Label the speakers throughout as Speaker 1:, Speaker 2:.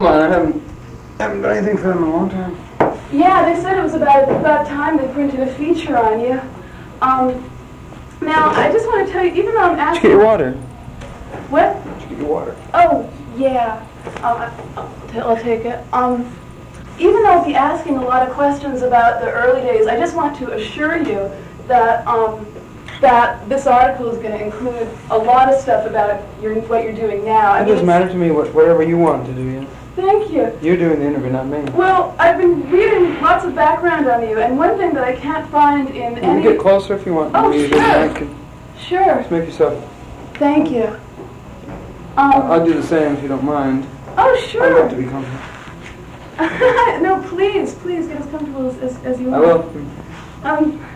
Speaker 1: I haven't, haven't done anything for them in a long time.
Speaker 2: Yeah, they said it was about about time they printed a feature on you. Um, now I just want to tell you, even though I'm
Speaker 3: Did you get
Speaker 2: asking,
Speaker 3: your water?
Speaker 2: what?
Speaker 1: Did you get your water?
Speaker 2: Oh yeah, um, I- I'll, t- I'll take it. Um, even though I'll be asking a lot of questions about the early days, I just want to assure you that um, that this article is going to include a lot of stuff about your what you're doing now.
Speaker 3: It
Speaker 2: I mean,
Speaker 3: doesn't
Speaker 2: it's-
Speaker 3: matter to me what, whatever you want to do. You know?
Speaker 2: Thank you.
Speaker 3: You're doing the interview, not me.
Speaker 2: Well, I've been reading lots of background on you, and one thing that I can't find in
Speaker 3: You can
Speaker 2: any
Speaker 3: get closer if you want
Speaker 2: Oh,
Speaker 3: me to.
Speaker 2: sure.
Speaker 3: I can
Speaker 2: sure.
Speaker 3: just make yourself.
Speaker 2: Thank you.
Speaker 3: I- I'll
Speaker 2: Um,
Speaker 3: do the same if you don't mind.
Speaker 2: oh,
Speaker 3: I'd
Speaker 2: sure.
Speaker 3: love to be comfortable.
Speaker 2: no, please, please get as comfortable as, as, as you
Speaker 3: I
Speaker 2: want.
Speaker 3: will.
Speaker 2: Um,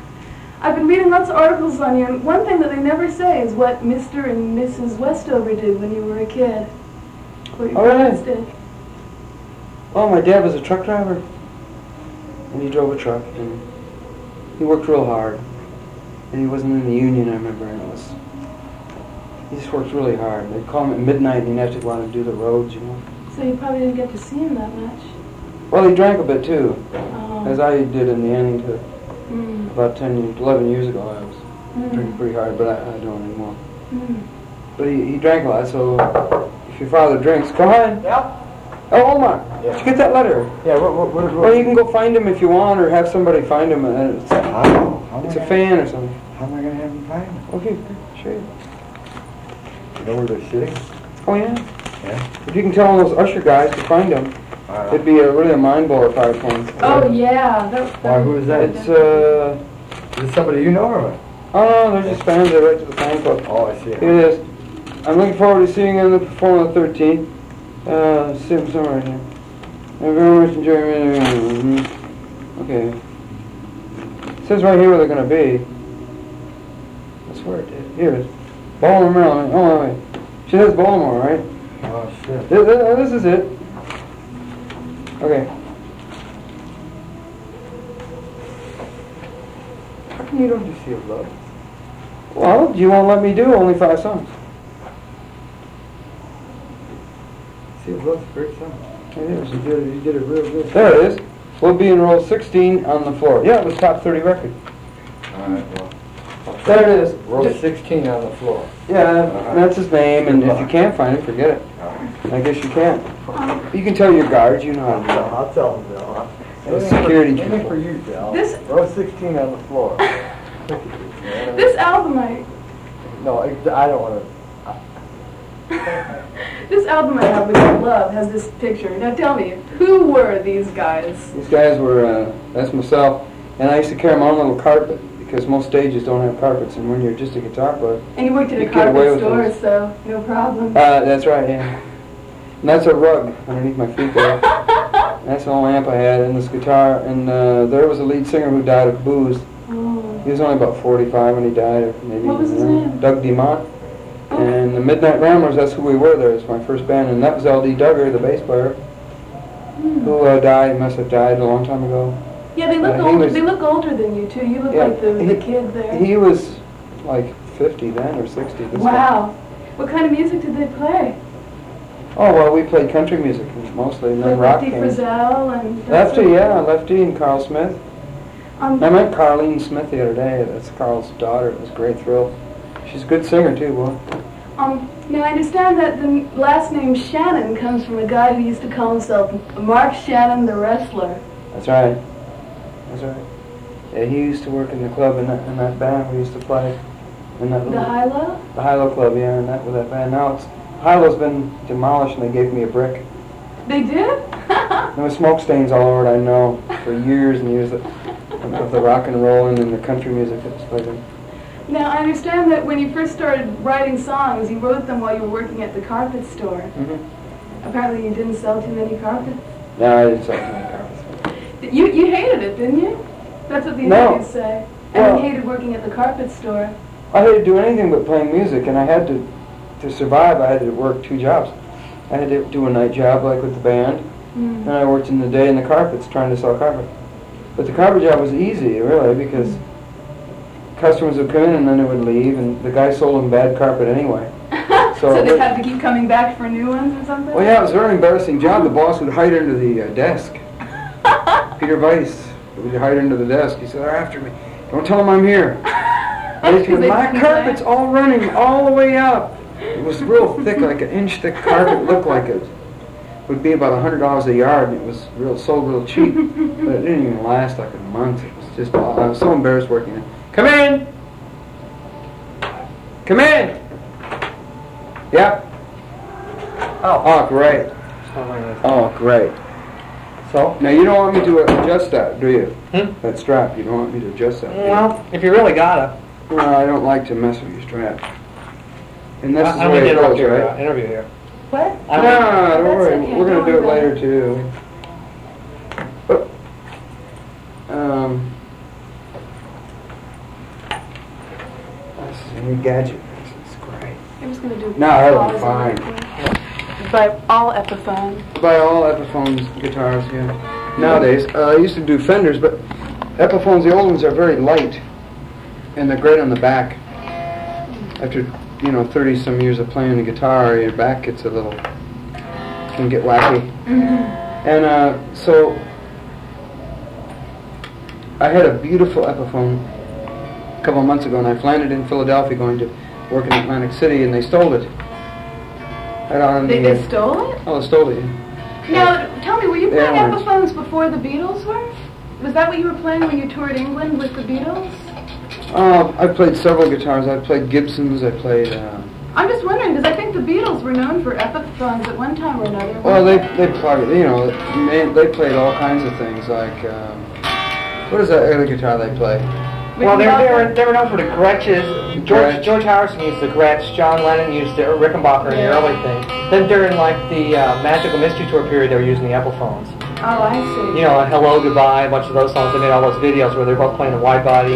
Speaker 2: I've been reading lots of articles on you, and one thing that they never say is what Mr. and Mrs. Westover did when you were a kid. Or your
Speaker 3: All right.
Speaker 2: parents did.
Speaker 3: Oh, my dad was a truck driver. And he drove a truck and he worked real hard. And he wasn't in the union, I remember, and it was he just worked really hard. They'd call him at midnight and he'd have to go out and do the roads, you know.
Speaker 2: So you probably didn't get to see him that much.
Speaker 3: Well, he drank a bit too,
Speaker 2: Um,
Speaker 3: as I did in the end. too.
Speaker 2: mm,
Speaker 3: About 10, years- 11 years ago, I was drinking
Speaker 2: mm,
Speaker 3: pretty hard, but I, I don't anymore.
Speaker 2: mm.
Speaker 3: But he, he drank a lot, so if your father drinks, go ahead.
Speaker 1: Yeah?
Speaker 3: Oh, Omar, did you get that letter?
Speaker 1: Yeah, what, what, what,
Speaker 3: Well, you can go find him if you want, or have somebody find him. And it's,
Speaker 1: I don't know. How am I
Speaker 3: it's a
Speaker 1: gonna-
Speaker 3: fan or something.
Speaker 1: How am I gonna have them find them?
Speaker 3: Okay, sure.
Speaker 1: You know where they're sitting?
Speaker 3: Oh yeah.
Speaker 1: Yeah.
Speaker 3: If you can tell those usher guys to find him,
Speaker 4: Uh-huh.
Speaker 1: Uh,
Speaker 3: it'd be a, really a mind blower if I was one.
Speaker 2: Oh, yeah. That, that
Speaker 1: Why, who is that?
Speaker 3: It's uh,
Speaker 1: Is it somebody you know or what?
Speaker 3: oh, they're just fans. They're right to the fan club.
Speaker 1: Oh, I see.
Speaker 3: Here it is. I'm looking forward to seeing him perform on the 13th. Uh, see him somewhere in here. I very much enjoy hmm Okay. It says right here where they're gonna be. That's where it is. Here it is. Baltimore, Maryland. Oh, wait. She says Baltimore, right?
Speaker 1: Oh, shit.
Speaker 3: This, this is it. Okay.
Speaker 1: How come you don't just see a love?
Speaker 3: Well, you won't let me do only five songs.
Speaker 1: See a love's a great song.
Speaker 3: It is.
Speaker 1: You did, you did it real good.
Speaker 3: There it is. We'll be in row 16 on the floor. Yeah, it was top 30 record.
Speaker 1: Alright, well.
Speaker 3: There it is.
Speaker 1: Row
Speaker 3: Just-
Speaker 1: sixteen on the floor.
Speaker 3: Yeah, that's his name, and if you can't find it, forget it. I guess you can't. You can tell your guards, you know how to do
Speaker 1: I'll tell them, Bill.
Speaker 3: Those security
Speaker 1: Anything
Speaker 3: people.
Speaker 1: for you, Bill.
Speaker 2: This-
Speaker 1: Row sixteen on the floor.
Speaker 2: This album I
Speaker 1: No, I I don't wanna,
Speaker 2: this album I have with you, Love, has this picture. Now tell me, who were these guys?
Speaker 3: it. These guys were, uh, that's myself, and I used to carry my own little carpet, because most stages don't have carpets, and when you're just a guitar player.
Speaker 2: And you worked at
Speaker 3: You
Speaker 2: a
Speaker 3: get away
Speaker 2: carpet
Speaker 3: with
Speaker 2: store,
Speaker 3: this.
Speaker 2: so no problem.
Speaker 3: Uh, that's right, yeah. And that's a rug underneath my feet there.
Speaker 2: Oh.
Speaker 3: And that's the only amp I had, and this guitar, and, uh, there was a lead singer who died of booze.
Speaker 2: Oh.
Speaker 3: He was only about 45 when he died, or maybe.
Speaker 2: What was his
Speaker 3: uh,
Speaker 2: name?
Speaker 3: Doug DeMont. And the Midnight Ramblers, that's who we were there. It's my first band, and that was L.D. Duggar, the bass player,
Speaker 2: Hmm.
Speaker 3: who uh, died, must have died a long time ago.
Speaker 2: Yeah, they look
Speaker 3: Uh, he
Speaker 2: older.
Speaker 3: was-
Speaker 2: They look older than you too. You look
Speaker 3: Yeah,
Speaker 2: like the,
Speaker 3: he-
Speaker 2: the kid there.
Speaker 3: He was like 50 then or 60. This
Speaker 2: wow. What kind of music did they
Speaker 3: guy.
Speaker 2: play?
Speaker 3: Oh well, we played country music mostly, and then
Speaker 2: Like
Speaker 3: rock
Speaker 2: Lefty
Speaker 3: came.
Speaker 2: Frizzell and
Speaker 3: Lefty, yeah, Lefty and Carl Smith.
Speaker 2: Um,
Speaker 3: I met Carlene Smith the other day. That's Carl's daughter. It was a great thrill. She's a good singer too. Well,
Speaker 2: um, now I understand that the last name Shannon comes from a guy who used to call himself Mark Shannon the wrestler.
Speaker 3: that's right. That's right. Yeah, he used to work in the club in that, in that band we used to play. In that
Speaker 2: The
Speaker 3: little-
Speaker 2: high low.
Speaker 3: The Hilo Club, yeah, and that with that band. Now it's Hilo's been demolished, and they gave me a brick.
Speaker 2: They did.
Speaker 3: There was smoke stains all over it. I know for years and years of, of the rock and roll and then the country music that was played. in.
Speaker 2: Now, I understand that when you first started writing songs, you wrote them while you were working at the carpet store. Apparently, you didn't sell too many carpets.
Speaker 3: No, I didn't sell too many carpets.
Speaker 2: You, you hated it, didn't you? That's what the
Speaker 3: No.
Speaker 2: interviews say. And
Speaker 3: Well-
Speaker 2: you hated working at the carpet store.
Speaker 3: I had to do anything but playing music, and I had to to survive. I had to work two jobs. I had to do a night job like with the band,
Speaker 2: Mm.
Speaker 3: and I worked in the day in the carpets trying to sell carpet. But the carpet job was easy, really, because customers would come in and then they would leave, and the guy sold them bad carpet anyway. So,
Speaker 2: So they had to keep coming back for new ones or something?
Speaker 3: well, yeah, it was a very embarrassing job. The boss would hide under the uh, desk. Peter Weiss would hide under the desk. He said, "They're after me. Don't tell them I'm here." They said,
Speaker 2: they
Speaker 3: My
Speaker 2: didn't
Speaker 3: carpet's
Speaker 2: say.
Speaker 3: all running all the way up. It was real thick, like an inch thick carpet. Looked like it would be about a hundred dollars a yard, and it was real sold real cheap. But it didn't even last like a month. It was just I was so embarrassed working it. Come in. Come in. Yep.
Speaker 1: Oh.
Speaker 3: Oh, great. Oh, great.
Speaker 4: So?
Speaker 3: Now you don't want me to adjust that, do you?
Speaker 4: Hmm?
Speaker 3: That strap. You don't want me to adjust that. do you?
Speaker 4: Well, if you really gotta.
Speaker 3: No, I don't like to mess with your strap. And that's
Speaker 4: I
Speaker 3: the
Speaker 4: don't
Speaker 3: way
Speaker 4: need
Speaker 3: it
Speaker 4: to interrupt
Speaker 3: goes,
Speaker 4: your
Speaker 3: right?
Speaker 4: uh, interview here.
Speaker 2: What?
Speaker 4: I
Speaker 3: No,
Speaker 4: don't need-
Speaker 3: don't
Speaker 2: That's
Speaker 3: worry.
Speaker 2: okay,
Speaker 3: We're gonna
Speaker 2: don't
Speaker 3: do it
Speaker 2: worry
Speaker 3: later too. Um. That's a new gadget. This is great.
Speaker 2: I'm just gonna do.
Speaker 3: No, that'll be fine. Mm-hmm.
Speaker 2: By all Epiphone.
Speaker 3: Buy all Epiphones guitars, yeah. Nowadays, uh, I used to do Fenders, but Epiphones, the old ones, are very light, and they're great on the back. After you know thirty some years of playing the guitar, your back gets a little can get wacky.
Speaker 2: Mm-hmm.
Speaker 3: And uh, so I had a beautiful Epiphone a couple of months ago, and I landed in Philadelphia going to work in Atlantic City, and they stole it. Right on
Speaker 2: They,
Speaker 3: the,
Speaker 2: they stole it?
Speaker 3: Oh, they stole it.
Speaker 2: Now, tell me, were you playing
Speaker 3: Yeah.
Speaker 2: Epiphones before the Beatles were? Was that what you were playing when you toured England with the Beatles?
Speaker 3: Uh, I played several guitars. I played Gibsons. I played. Uh,
Speaker 2: I'm just wondering, because I think the Beatles were known for Epiphones at one time or another.
Speaker 3: well, they they played. You know, they, they played all kinds of things. Like, um, what is that other guitar they play?
Speaker 4: Well, they, they, were, they were known for the Gretches.
Speaker 3: Gretsch.
Speaker 4: George, George Harrison used the Gretsch. John Lennon used the Rickenbacker in the
Speaker 2: Yeah.
Speaker 4: early thing. Then during like the uh, Magical Mystery Tour period, they were using the Apple phones.
Speaker 2: Oh, I see.
Speaker 4: You know, and Hello, Goodbye, a bunch of those songs. They made all those videos where they're both playing the wide body,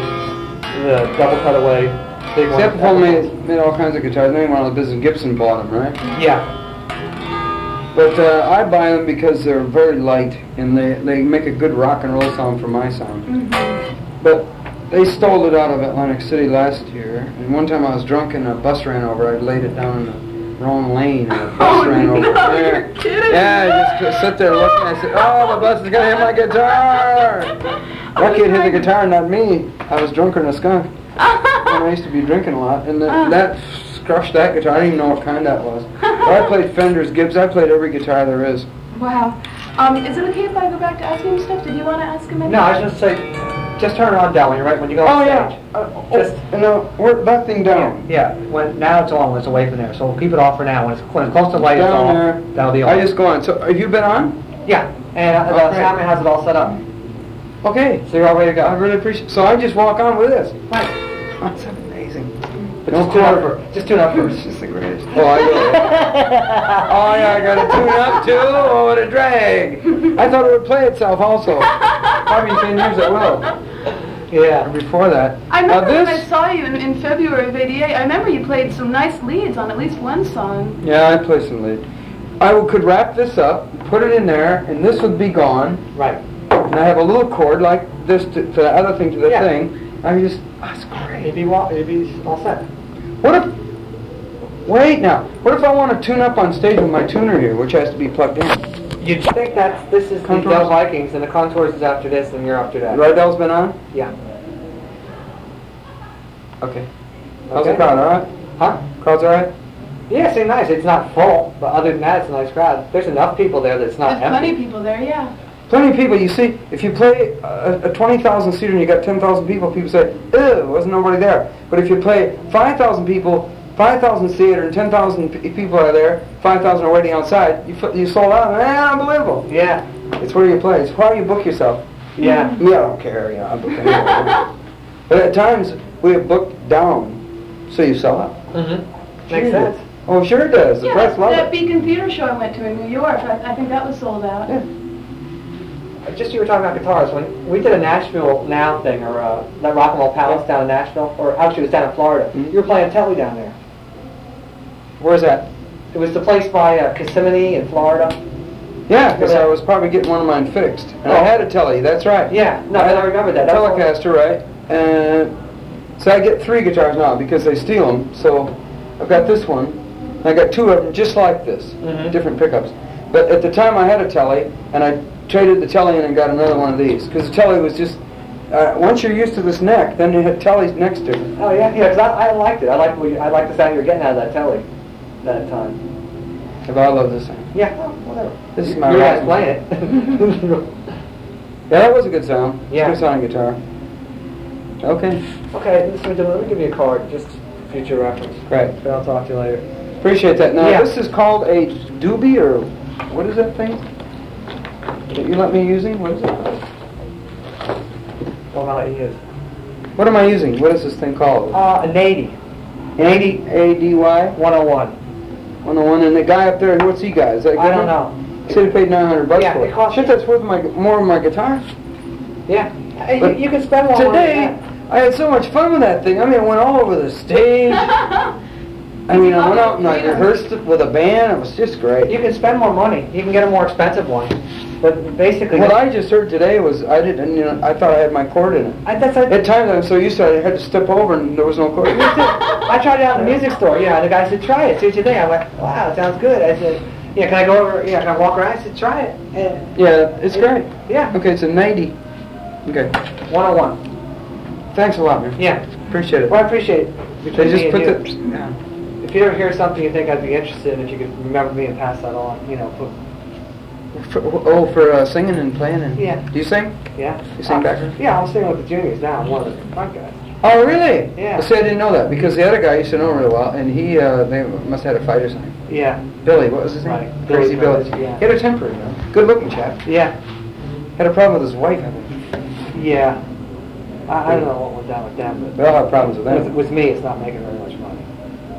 Speaker 4: the double cutaway. Big one.
Speaker 3: Except Paul made, made all kinds of guitars. They went out of business. Gibson bought them, right?
Speaker 4: Yeah.
Speaker 3: But uh, I buy them because they're very light and they, they make a good rock and roll sound for my sound.
Speaker 2: Mm-hmm.
Speaker 3: But they stole it out of Atlantic City last year. And one time I was drunk and a bus ran over. I laid it down in the wrong lane and a bus
Speaker 2: Oh,
Speaker 3: ran over.
Speaker 2: no,
Speaker 3: Yeah.
Speaker 2: you're kidding.
Speaker 3: Yeah, I just sat there looking. I said, "Oh, the bus is gonna hit my guitar." That kid hit the guitar, not me. I was drunker than a skunk. and I used to be drinking a lot, and
Speaker 2: Uh.
Speaker 3: that, that crushed that guitar. I didn't even know what kind that was. But I played Fenders, Gibbs. I played every guitar there is.
Speaker 2: Wow. Um, is it okay if I go back to asking him stuff? Did you want to ask him anything?
Speaker 4: No, I was just say, just turn it on down when you're right when you
Speaker 2: Oh,
Speaker 4: go on stage.
Speaker 3: Uh,
Speaker 4: Just-
Speaker 3: oh, no, work that thing down.
Speaker 4: Yeah, when, now it's on, when it's away from there, so we'll keep it off for now, when it's, when it's close to light, it's
Speaker 3: Down
Speaker 4: on,
Speaker 3: there.
Speaker 4: that'll be on.
Speaker 3: I just go on. So, have you been on?
Speaker 4: Yeah, and uh,
Speaker 3: Okay.
Speaker 4: Simon has it all set up,
Speaker 3: Okay.
Speaker 4: so you're all ready to
Speaker 3: I
Speaker 4: go.
Speaker 3: really appreciate. So I just walk on with this.
Speaker 4: Right.
Speaker 3: That's amazing.
Speaker 4: But just tune up first, just tune up
Speaker 3: It's
Speaker 4: first.
Speaker 3: just the greatest. Oh, I will. Oh yeah, I gotta tune up too. Oh, what a drag! I thought it would play itself also. Probably in ten years it will. Or
Speaker 4: Yeah,
Speaker 3: Before that.
Speaker 2: I
Speaker 3: now
Speaker 2: remember
Speaker 3: this.
Speaker 2: when I saw you in, in February of '88. I remember you played some nice leads on at least one song.
Speaker 3: yeah, I play some lead. I would- could wrap this up, put it in there, and this would be gone.
Speaker 4: right.
Speaker 3: And I have a little cord like this to, to the other thing to the
Speaker 4: Yeah.
Speaker 3: thing. I just. That's
Speaker 4: It'd
Speaker 3: great.
Speaker 4: be, wa- it'd be all set.
Speaker 3: What if? Wait now. What if I want to tune up on stage with my tuner here, which has to be plugged in?
Speaker 4: You'd think that's, this is the
Speaker 3: Contours?
Speaker 4: Del Vikings, and the Contours is after this, and you're after that.
Speaker 3: Rydell's been on.
Speaker 4: Yeah.
Speaker 3: Okay. How's the
Speaker 4: Okay.
Speaker 3: crowd? All right.
Speaker 4: Huh?
Speaker 3: Crowd's all right.
Speaker 4: Yeah, it's nice, it's not full, but other than that, it's a nice crowd. There's enough people there that it's not
Speaker 3: Ah,
Speaker 2: There's plenty of
Speaker 4: empty.
Speaker 2: people there, yeah.
Speaker 3: Plenty of people, you see, if you play a, a 20,000 seater and you got 10,000 people, people say, ew, wasn't nobody there. But if you play 5,000 people, 5,000 seater and 10,000 p- people are there, 5,000 are waiting outside, you, f- you sold out, man, unbelievable.
Speaker 4: Yeah,
Speaker 3: It's where you play, it's how you book yourself.
Speaker 4: yeah.
Speaker 3: Me, I don't care, you know, I book anywhere. But at times, we have booked down, so you sell out.
Speaker 4: Mm-hmm.
Speaker 3: Sure
Speaker 4: Makes
Speaker 3: you do.
Speaker 4: sense.
Speaker 3: Oh, sure it does, the
Speaker 2: yeah,
Speaker 3: press
Speaker 2: that,
Speaker 3: love
Speaker 2: that
Speaker 3: it.
Speaker 2: Beacon Theater show I went to in New York. I, I think that was sold out.
Speaker 3: Yeah.
Speaker 4: Just you were talking about guitars. When we did a Nashville Now thing, or uh, that Rock and Roll Palace down in Nashville, or actually it was down in Florida.
Speaker 3: Mhm.
Speaker 4: You were playing Telly down there.
Speaker 3: Where's that?
Speaker 4: It was the place by uh, Kissimmee in Florida.
Speaker 3: Yeah, because I was probably getting one of mine fixed. And I
Speaker 4: Oh.
Speaker 3: had a telly, that's right.
Speaker 4: Yeah, no, I remember that. That's all-
Speaker 3: Telecaster, right? And so I get three guitars now because they steal them. So I've got this one, And I got two of them just like this,
Speaker 4: Mhm.
Speaker 3: different pickups. But at the time I had a telly, and I traded the telly in and got another one of these because the telly was just. Uh, once you're used to this neck, then you had tellies next to it.
Speaker 4: Oh yeah, yeah. Cause I, I liked it. I liked what you, I liked the sound you were getting out of that telly, that time.
Speaker 3: But I love this thing.
Speaker 4: Yeah. oh, Whatever.
Speaker 3: This is
Speaker 4: You-
Speaker 3: my
Speaker 4: you
Speaker 3: rock
Speaker 4: guys
Speaker 3: and-
Speaker 4: playing it.
Speaker 3: Yeah, that was a good sound.
Speaker 4: Yeah.
Speaker 3: Good sounding guitar. Okay,
Speaker 4: okay, Mr. Dillon, let me give you a card, just future reference.
Speaker 3: great.
Speaker 4: But I'll talk to you later.
Speaker 3: Appreciate that. Now,
Speaker 4: Yeah.
Speaker 3: this is called a doobie, or what is that thing? That you let me using? What is it?
Speaker 4: What about you?
Speaker 3: What am I using? What is this thing called?
Speaker 4: Uh, a Navy,
Speaker 3: Andy A-D-Y,
Speaker 4: 101.
Speaker 3: on the one, and the guy up there, what's he got? Is that a good
Speaker 4: I don't
Speaker 3: one?
Speaker 4: know.
Speaker 3: Should have paid 900 bucks
Speaker 4: Yeah,
Speaker 3: for
Speaker 4: it cost-
Speaker 3: Shit, that's worth my, more than my guitar.
Speaker 4: Yeah. Hey,
Speaker 3: But
Speaker 4: you, you can spend one
Speaker 3: Today, I had so much fun with that thing. I mean, I went all over the stage. I mean, I went out and I rehearsed it with a band. It was just great.
Speaker 4: You can spend more money. You can get a more expensive one. But basically,
Speaker 3: What I just heard today was I didn't. You know, I thought I had my cord in it.
Speaker 4: I, that's a,
Speaker 3: At times I'm so used to it, I had to step over and there was no cord.
Speaker 4: I tried it out in the music store, yeah, and the guy said, try it, see what you think. I'm like, wow, it sounds good. I said, yeah, can I go over, yeah, can I walk around? I said, try it. And,
Speaker 3: yeah, it's great.
Speaker 4: yeah,
Speaker 3: Okay, it's a 90. Okay,
Speaker 4: 101.
Speaker 3: thanks a lot, man.
Speaker 4: Yeah,
Speaker 3: Appreciate it.
Speaker 4: well, I appreciate it.
Speaker 3: They
Speaker 4: Between me
Speaker 3: just put
Speaker 4: and
Speaker 3: the.
Speaker 4: you.
Speaker 3: Yeah.
Speaker 4: If you ever hear something you think I'd be interested in, if you could remember me and pass that on, you know, put,
Speaker 3: For, oh, for uh, singing and playing and.
Speaker 4: Yeah.
Speaker 3: Do you sing?
Speaker 4: yeah.
Speaker 3: You sing backwards?
Speaker 4: Yeah, I'm singing with the juniors now, I'm one of the front guys.
Speaker 3: Oh, really?
Speaker 4: Yeah.
Speaker 3: See, I didn't know that because the other guy used to know him really well, and he uh, they must have had a fight or something.
Speaker 4: Yeah,
Speaker 3: Billy, what was his name?
Speaker 4: Right.
Speaker 3: Crazy
Speaker 4: Billy
Speaker 3: Billy.
Speaker 4: Billy, yeah.
Speaker 3: He had a temper, you know. Good looking chap.
Speaker 4: yeah,
Speaker 3: Had a problem with his wife, I think.
Speaker 4: yeah. I, I don't know what went down with them,
Speaker 3: They all have problems with
Speaker 4: but
Speaker 3: that.
Speaker 4: with, with me, it's not making very much.